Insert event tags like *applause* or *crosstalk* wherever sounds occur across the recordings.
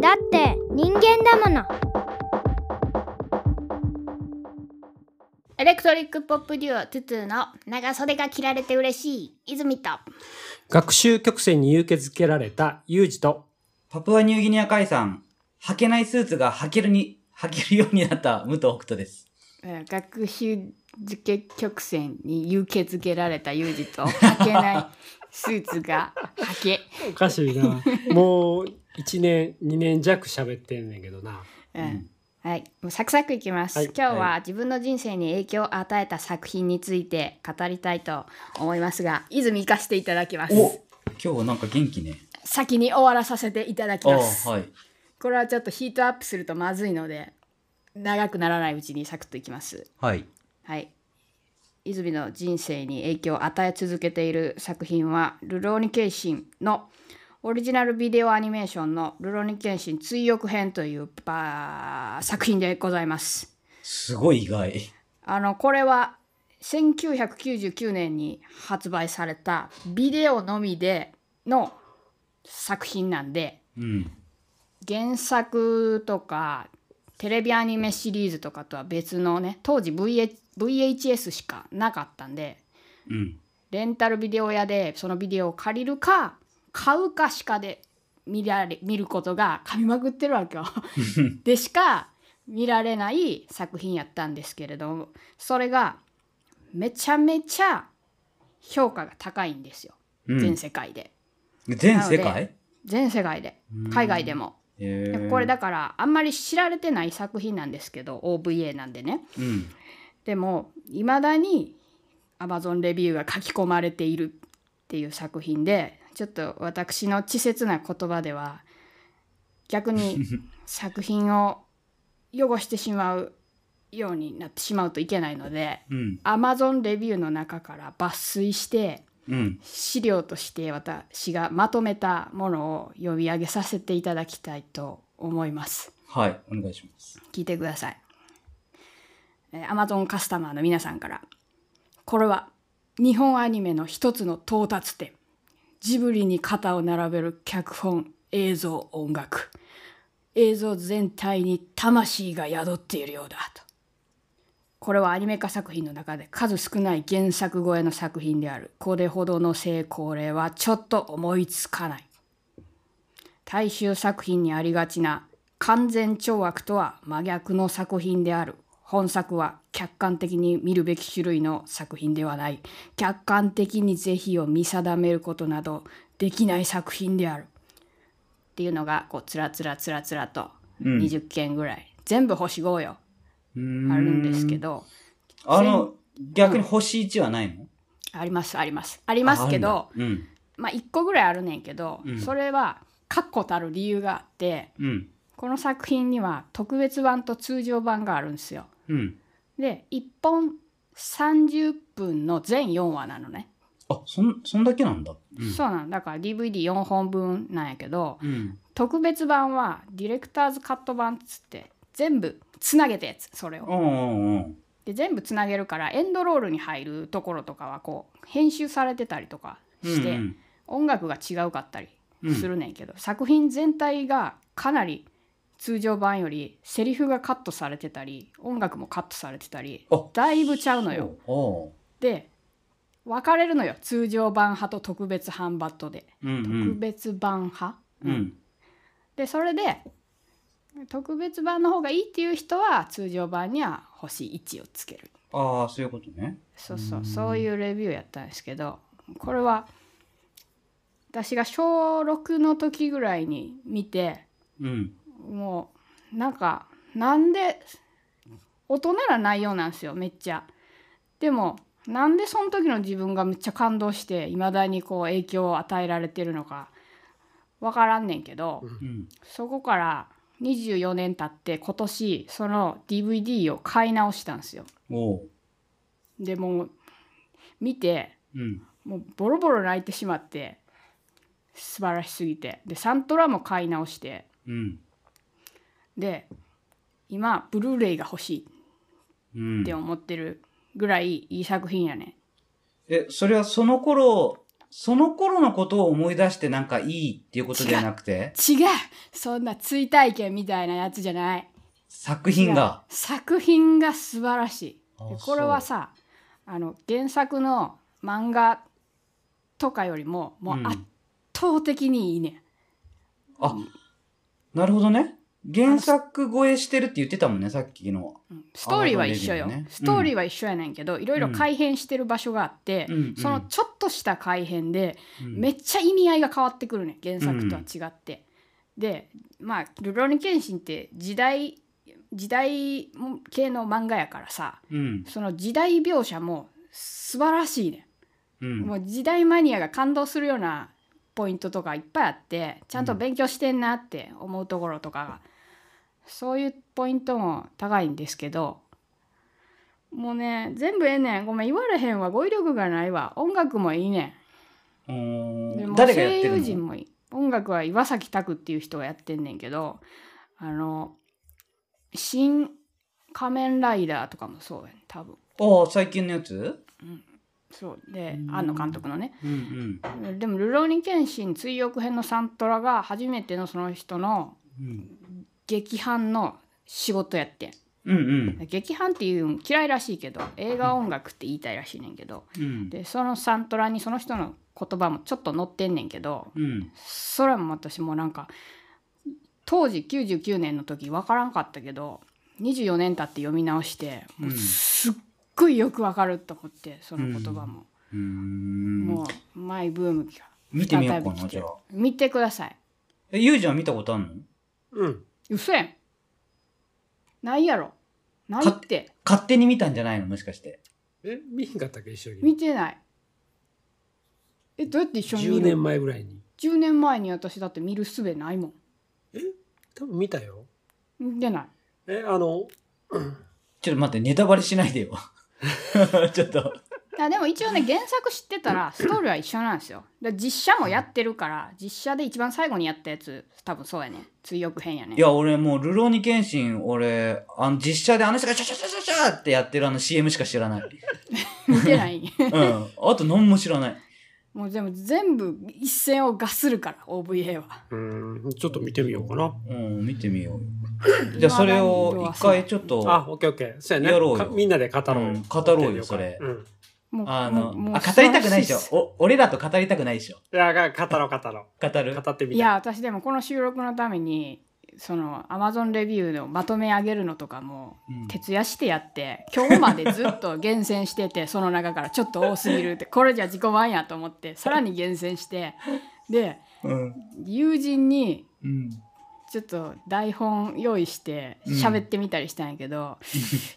だって人間だものエレクトリックポップデュオトゥトゥの長袖が着られて嬉しい泉と学習曲線に勇気づけられたユージとパプアニューギニア海産、履けないスーツが履けるに、履けるようになった武藤北斗です。うん学習付け曲線に勇気づけられたユージと履けないスーツが履け、おかしいな *laughs* もう1年2年弱喋ってんねんけどなうんうんはい、もうサクサクいきます、はい今日はは自分の人生に影響を与えた作品について語りたいと思いますが泉行かせていただきますお今日はなんか元気ね。先に終わらさせていただきああ、ます、はい。これはちょっとヒートアップするとまずいので長くならないうちにサクッといきますはい。はい泉の人生に影響を与え続けている作品は「ルローニケンシン」のオリジナルビデオアニメーションの「ルローニケンシン追憶編」というば作品でございますすごい意外。あのこれは1999年に発売されたビデオのみでの作品なんでうん。原作とかテレビアニメシリーズとかとは別のね当時 VH VHS しかなかったんでうん。レンタルビデオ屋でそのビデオを借りるか買うかしかで見られ見ることが噛みまくってるわけよ。 *laughs* でしか見られない作品やったんですけれどもそれがめちゃめちゃ評価が高いんですよ、うん全世界で全世なの界全世界で海外でも。えでこれだからあんまり知られてない作品なんですけど OVA なんでねうん。でもいまだに Amazon レビューが書き込まれているっていう作品でちょっと私の稚拙な言葉では逆に作品を汚してしまうようになってしまうといけないのでうん。 Amazon レビューの中から抜粋してうん。資料として私がまとめたものを読み上げさせていただきたいと思います。はい。お願いします。聞いてください。えー Amazon カスタマーの皆さんから。これは日本アニメの一つの到達点。ジブリに肩を並べる脚本、映像、音楽。映像全体に魂が宿っているようだと。これはアニメ化作品の中で数少ない原作超えの作品である。これほどの成功例はちょっと思いつかない。大衆作品にありがちな完全懲悪とは真逆の作品である本作は客観的に見るべき種類の作品ではない客観的に是非を見定めることなどできない作品であるっていうのがこうつらつらつらつらとうん20件ぐらい、全部星5よあるあるんですけ。どあの、逆に星1はないのいありますありますありますけど。あるんだまあ1個ぐらいあるねんけど、うんそれは確固たる理由があってうん。うん。この作品には特別版と通常版があるんですよ。うん。で1本30分の全4話なのね、あ、そん、そんだけなんだ。うん。そうなのだから DVD4 本分なんやけどうん。特別版はディレクターズカット版っつって全部つなげたやつそれうをんうんうん。で全部つなげるからエンドロールに入るところとかはこう編集されてたりとかして、うんうん音楽が違うかったりうんするねんけど、作品全体がかなり通常版よりセリフがカットされてたり音楽もカットされてたりあだいぶちゃうのよ。おで分かれるのよ通常版派と特別版派とで、ううんう特ん別版派、うんでそれで特別版の方がいいっていう人は通常版には星1をつけるああそういうことねそうそうそういうレビューやったんですけどこれは私が小6の時ぐらいに見てうんもうなんかなんで大人な内容なんですよめっちゃでもなんでその時の自分がめっちゃ感動していまだにこう影響を与えられてるのかわからんねんけど、うんそこから24年経って今年その DVD を買い直したんですよおうでもう見てうんもうボロボロ泣いてしまって素晴らしすぎてでサントラも買い直してうんで今ブルーレイが欲しいうんって思ってるぐらいいい作品やねえそれはその頃その頃のことを思い出してなんかいいっていうことじゃなくて、違うそんな追体験みたいなやつじゃない作品が。作品が素晴らしいであこれはさあの原作の漫画とかよりももううん圧倒的にいいね、あ、なるほどね。原作超えしてるって言ってたもんね、さっきの。うんストーリーは一緒あよ、わかるねストーリーは一緒やねんけどいろいろ改変してる場所があって、うんそのちょっとした改変で、うんめっちゃ意味合いが変わってくるね原作とは違って。でまあ「ルロニケンシン」って時代時代系の漫画やからさうん。その時代描写も素晴らしいね、うん。もう時代マニアが感動するようなポイントとかいっぱいあってちゃんと勉強してんなって思うところとかが、そういうポイントも高いんですけどもうね全部ええねんごめん言われへんわ語彙力がないわ音楽もいいねんうーんでも誰がやって声優る陣のもいい音楽は岩崎拓っていう人がやってんねんけどあの「新仮面ライダー」とかもそうやね多分ああ、最近のやつそうでうん庵野監督のねうんうんでも「ルローニケンシン追憶編」のサントラが初めてのその人のうん。劇伴の仕事やってんうんうん。劇伴っていうん嫌いらしいけど映画音楽って言いたいらしいねんけどうん。でそのサントラにその人の言葉もちょっと載ってんねんけどうん。それも私もなんか当時99年の時分からんかったけど24年経って読み直してもううんすっごいよく分かると思ってその言葉も、うーんもうマイブームが見てみよう再かな、び来じゃあ。見てくださいえ、ゆうちゃん見たことあるのうん。嘘やんないやろないって勝手に見たんじゃないのもしかして。え、見ひんかったっけ、一緒に。見てないえどうやって一緒に見10る年前ぐらいに。 10年前に私だって見る術ないもん多分見たよ。見てないえ、あの、ちょっと待って、ネタバレしないでよ。 *laughs* ちょっと。あでも一応ね原作知ってたらストーリーは一緒なんですよだから実写もやってるから実写で一番最後にやったやつ多分そうやね追憶編やねいや、俺もう、ルローニケンシン、俺、あの、実写であの人がシャシャシャシャシャってやってるあの CM しか知らない。見てない *laughs* うん。あと何も知らない。もうでも全部一線を画するから OVA はうん、ちょっと見てみようかな。うん、見てみよう。じゃあ、それを一回ちょっと、あ、オッケーオッケー。そうやね。やろうかよみんなで語ろう。うん語ろうよ見てみかそれうん。もうあもうもの、うあ、語りたくないでし素晴ょらっす。お、俺らと語りたくないでしょ。いや、が語ろう、語ろ語るう。語ってみいて。や私でもこの収録のためにその Amazon レビューのまとめ上げるのとかもうん徹夜してやって今日までずっと厳選してて *laughs* その中からちょっと多すぎるってこれじゃ自己満やと思ってさらに厳選してでうん。友人にうん。ちょっと台本用意してうん喋ってみたりしたんやけど、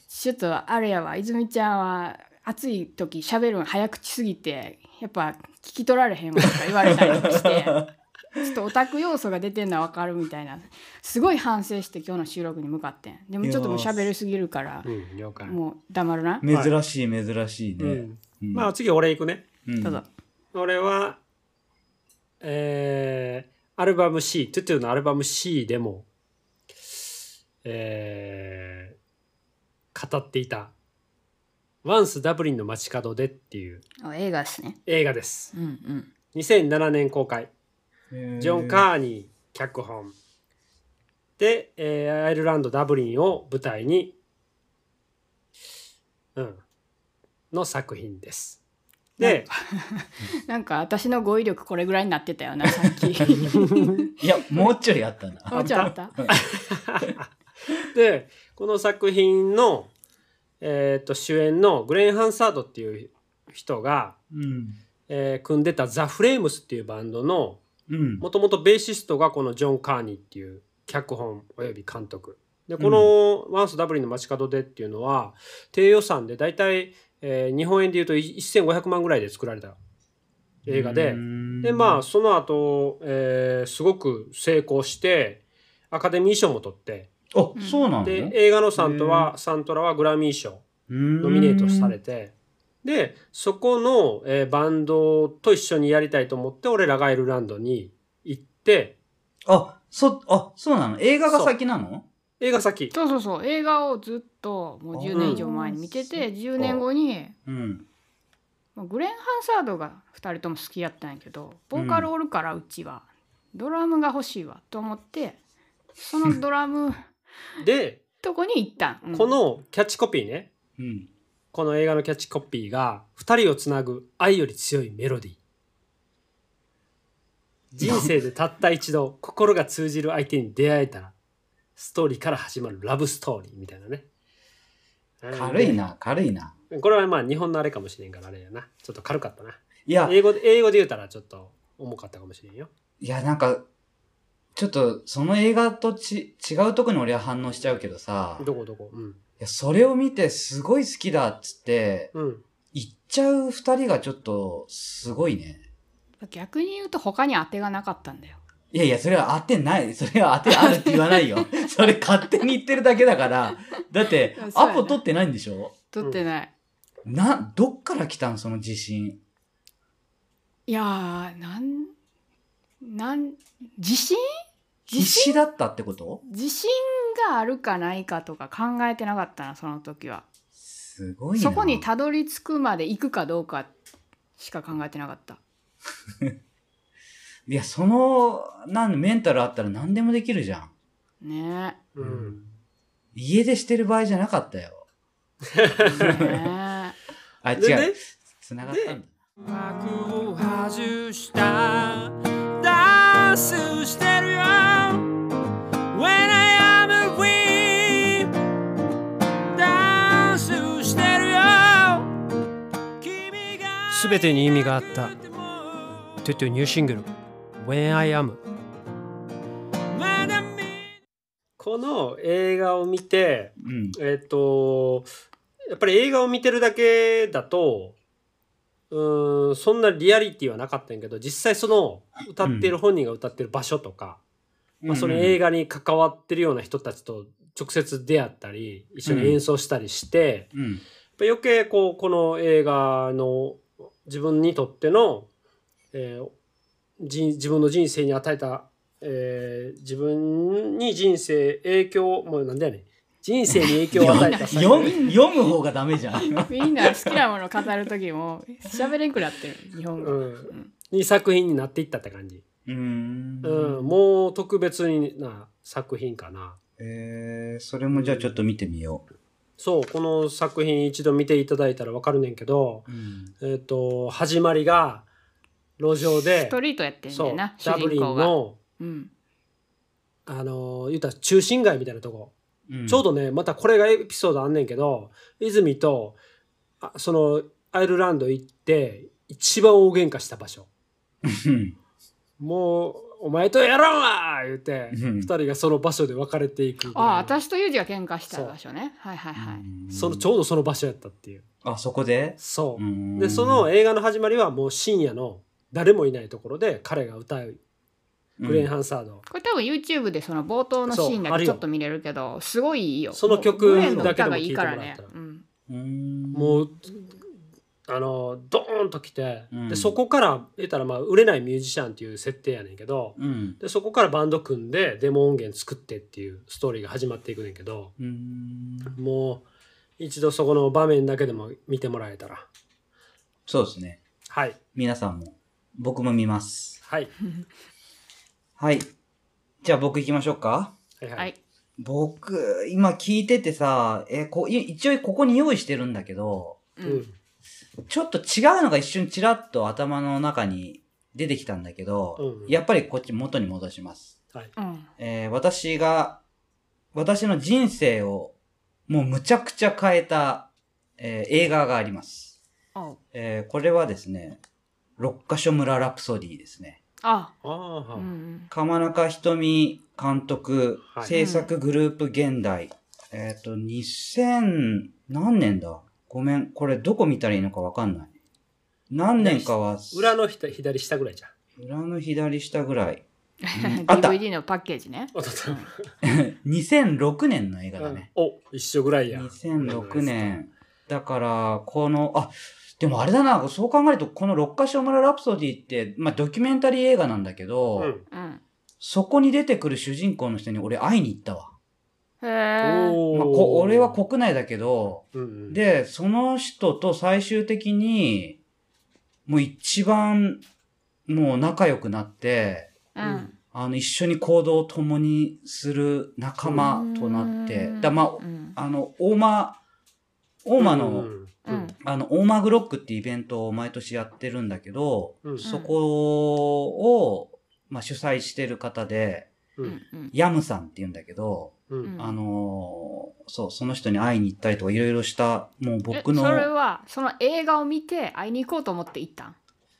ちょっとあれやわ泉ちゃんは暑い時喋るん早口すぎてやっぱ聞き取られへんわとか言われたりとかして。ちょっとオタク要素が出てんのは分かるみたいなすごい反省して今日の収録に向かってんでもちょっともう喋りすぎるからうん、了解。もう黙るな *laughs* 珍しい、珍しいうね。ん。うんまあ、次俺行くね。うんどうぞ俺は、えー、アルバム C、トゥトゥのアルバム C でも、えー、語っていた、Once Dublin の街角でっていうあ映画ですね映画です。うんうん2007年公開。ジョン・ー。カーニー脚本で、えーアイルランド・ダブリンを舞台に、うん、の作品です。で、なんか私の語彙力これぐらいになってたよなさっきいや、もうちょいあったな。もうちょいあったでこの作品の、えー、と主演のグレン・ハンサードっていう人が、うん。えー組んでたザ・フレームスっていうバンドのうん。もともとベーシストがこのジョン・カーニーっていう脚本および監督でこの「ワンスダブリンの街角で」っていうのは低予算で大体、えー日本円でいうと1500万ぐらいで作られた映画ででまあその後、えーすごく成功してアカデミー賞も取ってあ、あそうなので映画のサントはサントラはグラミー賞ノノミネートされてでそこの、えーバンドと一緒にやりたいと思って俺らがアイルランドに行ってあ、そ、あ、そうなの映画が先なの映画先そうそうそう映画をずっともう10年以上前に見てて10年後にうん。 「まあグレン・ハンサードが2人とも好きやったんやけどボーカルおるからうちは、ドラムが欲しいわと思ってそのドラムで、とこに行ったん、うんこのキャッチコピーねうん。この映画のキャッチコピーが「二人をつなぐ愛より強いメロディー」人生でたった一度心が通じる相手に出会えたらストーリーから始まるラブストーリーみたいなね軽いな、軽いな。うんこれはまあ日本のあれかもしれんからあれやなちょっと軽かったないや、英語で英語で言うたらちょっと重かったかもしれんよいや、なんか、ちょっと、その映画とち、違うとこに俺は反応しちゃうけどさ、いどこどこうんや、それを見てすごい好きだっつって、うん行っちゃう二人がちょっと、すごいね。逆に言うと他に当てがなかったんだよいやいや、それは当てない。それは当てあるって言わな *laughs* いよ。それ勝手に言ってるだけだから。だってそうや、なアポ取ってないんでしょ撮ってない、な、どっから来たんその自信。いやーなんなん自信必死だったってこと自信があるかないかとか考えてなかったなその時はすごいな。そこにたどり着くまで行くかどうかしか考えてなかったいや、その、なん、メンタルあったら何でもできるじゃん。 *laughs* ねうん、家出してる場合じゃなかったよ。えねあ、で違ねう。繋がったんだ。幕を外したダンスしてるよ When I am a queen ダンスしてるよ君が全てに意味があったトゥトゥニューシングル「When I Am」まだ見この映画を見てうん。えっ、とやっぱり映画を見てるだけだとうーんそんなリアリティはなかったんやけど実際その歌ってる本人が歌ってる場所とか、まあ、その映画。画に関わってるような人たちと直接出会ったり一緒に演奏したりして、うん。やっぱ余計こうこの映画の自分にとっての、えー人自分の人生に与えた、えー自分に人生影響をもうなんだよねん人生に影響を与えた作読品む、読む方がダメじゃん。 *laughs* みんな好きなもの語る時も喋れんくなってる日本語、うん、に作品になっていったって感じ、うーんうんもう特別な作品かなえー、それもじゃあちょっと見てみよそうこの作品一度見ていただいたら分かるねんけど、う。うん。えっと始まりが路上でストリートやってんだそような主ダブ人リン公が、のうん、あの言うたら中心街みたいなとこ、ちょうど。どねまたこれがエピソードあんねんけど泉とあそのアイルランド行って一番大喧嘩した場所うんもうお前とやらんわ言ってうん二人がその場所で別れていくぐらいあのあ私とユージが喧嘩した場所ねはいはいはい、そのちょうどその場所やったっていうあ、そこでそうう、ーんでその映画の始まりはもう深夜の誰もいないところで彼が歌うグレーン・ハンサード、これ多分 YouTube でその冒頭のシーンだけちょっと見れるけどすごいいいよその曲もうグレンのだ歌けでもが聴いいていもからっらたらね、うん、うん。うもうあのドーンと来て、うんでそこから言ったらまあ売れないミュージシャンっていう設定やねんけどーん。うん。でそこからバンド組んでデモ音源作ってっていうストーリーが始まっていくねんけどうーん。もう一度そこの場面だけでも見てもらえたらそうですね。はい皆さんも。僕も見ます。はいはい。じゃあ僕行きましょうか。はいはい、はい僕、今聞いててさ、えこい一応ここに用意してるんだけど、ううんんちょっと違うのが一瞬ちらっと頭の中に出てきたんだけど、うんやっぱりこっち元に戻します。うんえー私が、私の人生をもうむちゃくちゃ変えた、えー映画があります。おうえーこれはですね、六ヶ所村ラプソディですね。あああ、うん *laughs* うん鎌中瞳監督、はい制作グループ現代。えっ、と、2000、何年だごめん、これどこ見たらいいのかわかんない。何年かは、裏のひた左下ぐらいじゃん裏の左下ぐらい。あった DVD のパッケージねおっとっと2006年の映画だね。お一緒ぐらいや2006年。だから、この、あ、でもあれだな、そう考えると、この六ヶ所村ラプソディって、まあドキュメンタリー映画なんだけど、うんうんそこに出てくる主人公の人に俺会いに行ったわ。へおえーまあ、こ俺は国内だけど、うんうんで、その人と最終的に、もう一番、もう仲良くなって、うん。あの、一緒に行動を共にする仲間となって、だまうあ、ん。あの、大間、大間の、うんうん。あの、オーマグロックってイベントを毎年やってるんだけど、うんそこを、まあ、主催してる方で、ううんん。ヤムさんって言うんだけど、うんうんあのーそう、その人に会いに行ったりとかいろいろした、もう僕えそれの、はその映画を見て会いに行こうと思って行ったん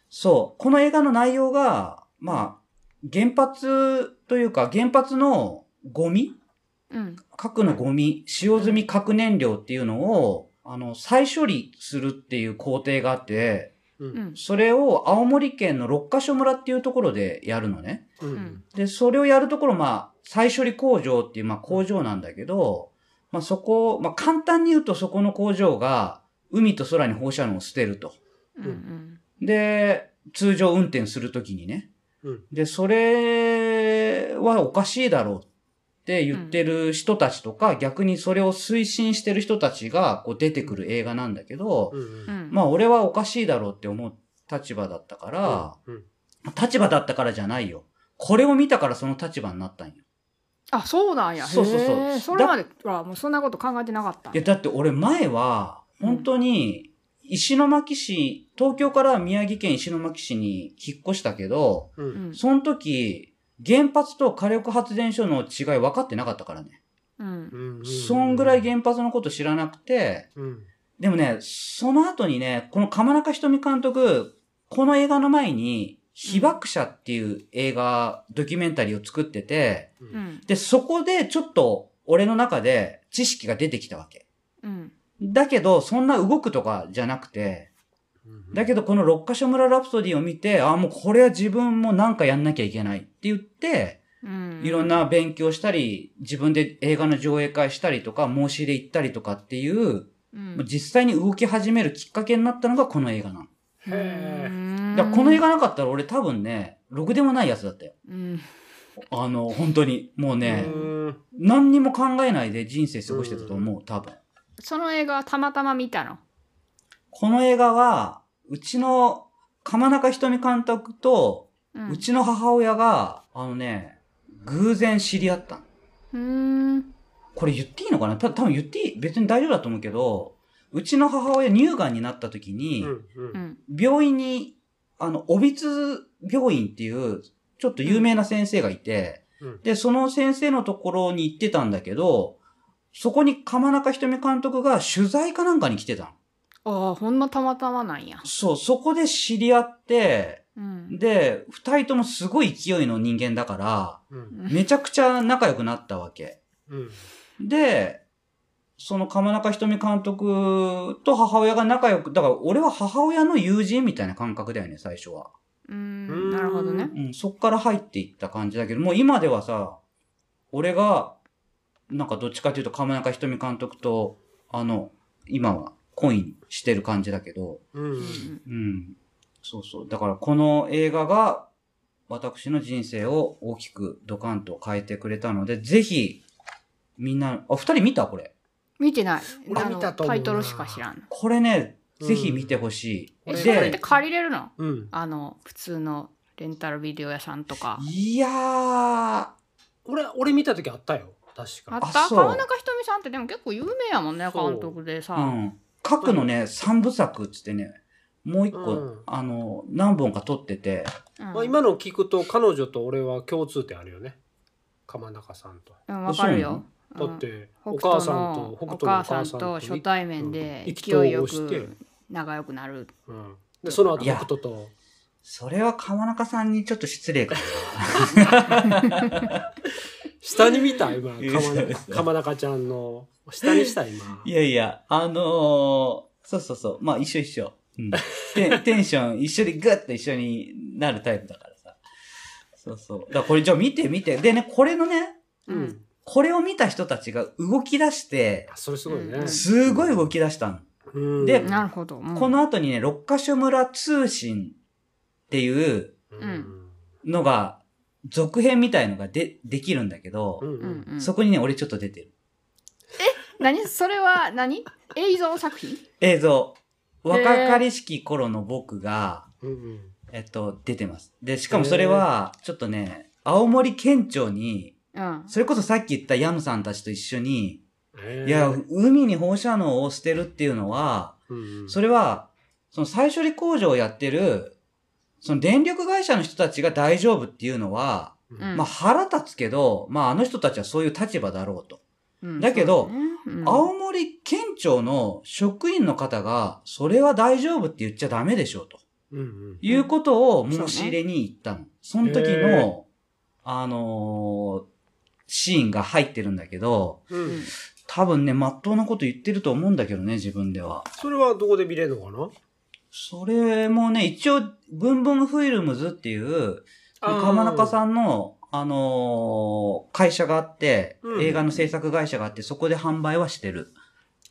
そう、この映画の内容が、まあ、原発というか、原発のゴミうん核のゴミ、使用済み核燃料っていうのを、あの、再処理するっていう工程があって、うんそれを青森県の六ヶ所村っていうところでやるのね。うんで、それをやるところ、まあ、再処理工場っていう、まあ、工場なんだけど、まあ、そこを、まあ、簡単に言うとそこの工場が、海と空に放射能を捨てると。うんうんで、通常運転するときにね。うんで、それはおかしいだろうって言ってる人たちとか、逆にそれを推進してる人たちが、こう出てくる映画なんだけど、うんうんまあ俺はおかしいだろうって思う立場だったから、うん立場だったからじゃないよ。これを見たからその立場になったんよ。あそうなんやそうそうそうへえそれまではもうそんなこと考えてなかったんいや、だって俺前は、本当に、石巻市、東京から宮城県石巻市に引っ越したけど、うんうんその時、原発と火力発電所の違い分かってなかったからね。うんうんそんぐらい原発のこと知らなくて、うんでもね、その後にね、この鎌中瞳監督、この映画の前に、被爆者っていう映画、ドキュメンタリーを作ってて、ううんんで、そこでちょっと俺の中で知識が出てきたわけ。うんだけど、そんな動くとかじゃなくて、だけどこの六ヶ所村ラプソディを見て、あ、もうこれは自分もなんかやんなきゃいけないって言って、うんいろんな勉強したり、自分で映画の上映会したりとか、申し入れ行ったりとかっていう、うんもう実際に動き始めるきっかけになったのがこの映画なの。へうんだからこの映画なかったら俺多分ね、ろくでもないやつだったよ。うんあの、本当に。もうね、うん何にも考えないで人生過ごしてたと思う、多分。その映画はたまたま見たのこの映画は、うちの、鎌中瞳監督と、うんうちの母親が、あのね、偶然知り合ったの。うんこれ言っていいのかなた多分言っていい、別に大丈夫だと思うけど、うちの母親乳がんになった時に、うんうんうん病院に、あの、帯津病院っていう、ちょっと有名な先生がいて、うんで、その先生のところに行ってたんだけど、そこに鎌中瞳監督が取材かなんかに来てたの。ああほんまたまたまなんやそう、そこで知り合って、うんで、二人ともすごい勢いの人間だから、うんめちゃくちゃ仲良くなったわけ。うんで、その鎌中瞳監督と母親が仲良く、だから俺は母親の友人みたいな感覚だよね、最初は。うんなるほどねうん、そっから入っていった感じだけど、もう今ではさ、俺が、なんかどっちかというと、鎌中瞳監督と、あの、今は、コインしてる感じだけど、うんうん。そうそう。だから、この映画が、私の人生を大きくドカンと変えてくれたので、ぜひ、みんな、あ、二人見たこれ。見てない俺見たと思あのタうなイトルしか知らんこれね、うんぜひ見てほしい。え俺それってで、借りれるのうんあの普通のレンタルビデオ屋さんとかいやー、俺俺見た時あったよ確あかったそう川中ひとみさんってでも結構有名やもんねそう監督でさ、うん。核のね、三部作っつってね、もう一個、うんあの、何本か撮ってて、うんまあ今の聞くと彼女と俺は共通点あるよね鎌中さんとうん、わかるよ。だうんって北お斗母のさんと北お斗のお母母ささんんとと初対面うんで意気勢い投よ合してく仲良くなる。うんでその後いや北斗とそれは川中さんにちょっと失礼かな。下に見た今いや鎌中鎌中ちゃんの下にした今 *laughs* いやいや、あのー、そうそうそう、まあ一緒一緒。うん、 *laughs* テテンション一緒にグッと一緒になるタイプだからさ。そうそう。だからこれじゃあ見て見て。でね、これのね、うんこれを見た人たちが動き出してあ、それすごいねすごい動き出したの。うんでなるほど。うんこの後にね、六ヶ所村通信っていう、うんのが、続編みたいのがで、できるんだけどう、んううんんうん、そこにね、俺ちょっと出てる。何それは何映像作品映像。若かりしき頃の僕が、うんうんえっと、出てます。で、しかもそれは、ちょっとね、青森県庁に、うん。それこそさっき言ったヤムさんたちと一緒に、えーいや、海に放射能を捨てるっていうのは、うんうんそれは、その再処理工場をやってる、その電力会社の人たちが大丈夫っていうのは、うんまあ腹立つけど、まああの人たちはそういう立場だろうと。うんだけどそうだねうん青森県庁の職員の方が、それは大丈夫って言っちゃダメでしょうと。うんうんいうことを申し入れに行ったの。その時への、あのーシーンが入ってるんだけど、うん多分ね、まっとうなこと言ってると思うんだけどね、自分では。それはどこで見れるのかなそれもね、一応、ブンブンフィルムズっていう、鎌中んさんの、あのー会社があって、うん映画の制作会社があって、そこで販売はしてる。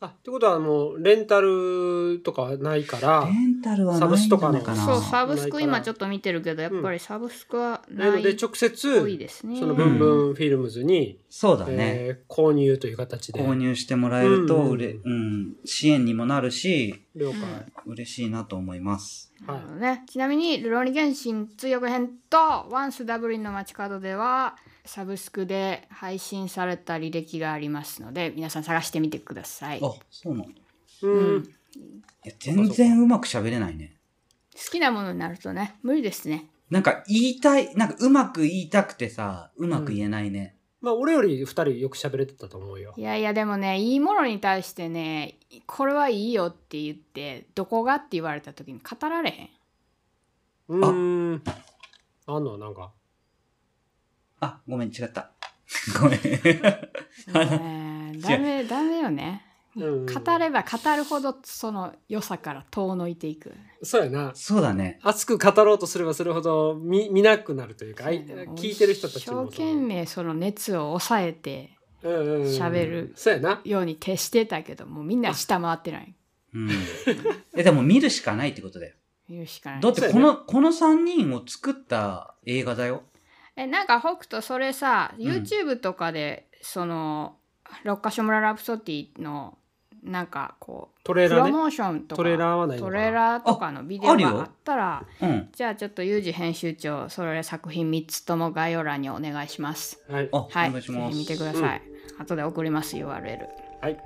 あってことはもうレンタルとかはないからレンタルはないんじゃないかな。サそう、サブスないかクら今ちょっと見てるけど、やっぱりサブスクはななのいでっ直接ぽいですね。そのブンブンフィルムズに、そうだね。えー購入という形で購入してもらえると、うんうれ、うん、支援にもなるし、了解、嬉しいなと思います。はいなるほどね、ちなみに「ルローニケンシン通訳編」と「ワンスダブリンの街角」ではサブスクで配信された履歴がありますので皆さん探してみてくださいあ好、そうなんだ。うんいや全然うまく喋れないね。きなものになるとね無理ですねなんか言いたい、なんかうまく言いたくてさ、うまく言えないね。まあ俺より二人よく喋れてたと思うよいやいやでもねいいものに対してねこれはいいよって言ってどこがって言われた時に語られ *laughs* へんうーんあんのなんかあ、ごめん、違った。ごめん。 *laughs* ねえダメダメよねうん語れば語るほどその良さから遠のいていくそうやなそうだね。熱く語ろうとすればするほど見見なくなるというかあいそうやね聞いてる人たちも一生懸命その熱を抑えて喋喋るそうやなように徹してたけどもうみんな下回ってないうん。え、でも見るしかないってことだよ。言うしかないだってこの、この3人を作った映画だよ。えなんか北斗それさん YouTube とかで、その「六ヶ所村ラプソディ」のなんかこうトレープラローねモーションとかトレーラーはないのトかレーなラーとかのビデああオるよがあったらうん。じゃあちょっとユージ編集長それ作品3つとも概要欄にお願いしますはいあ、はいお願いしまぜひ見す。てください、後で送ります URL はい。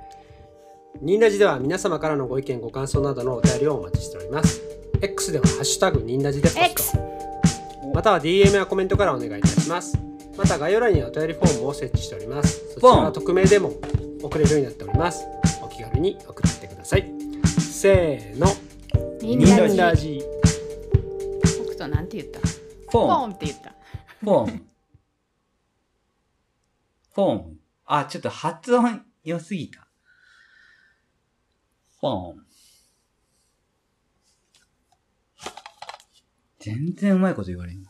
ニンラジでは皆様からのご意見、ご感想などのお便りをお待ちしております。X ではハッシュタグニンラジでポス X ト。または DM やコメントからお願いいたします。また概要欄にはお便りフォームを設置しております。そちらフォーはム匿名でも送れるようになっております。お気軽に送ってください。せーの、みニンラジニンラジ。北斗なんて言ったフォポームーンって言ったフォーム。フォーム。あ、ちょっと発音良すぎた。フォーム。全然うまいこと言われん。うん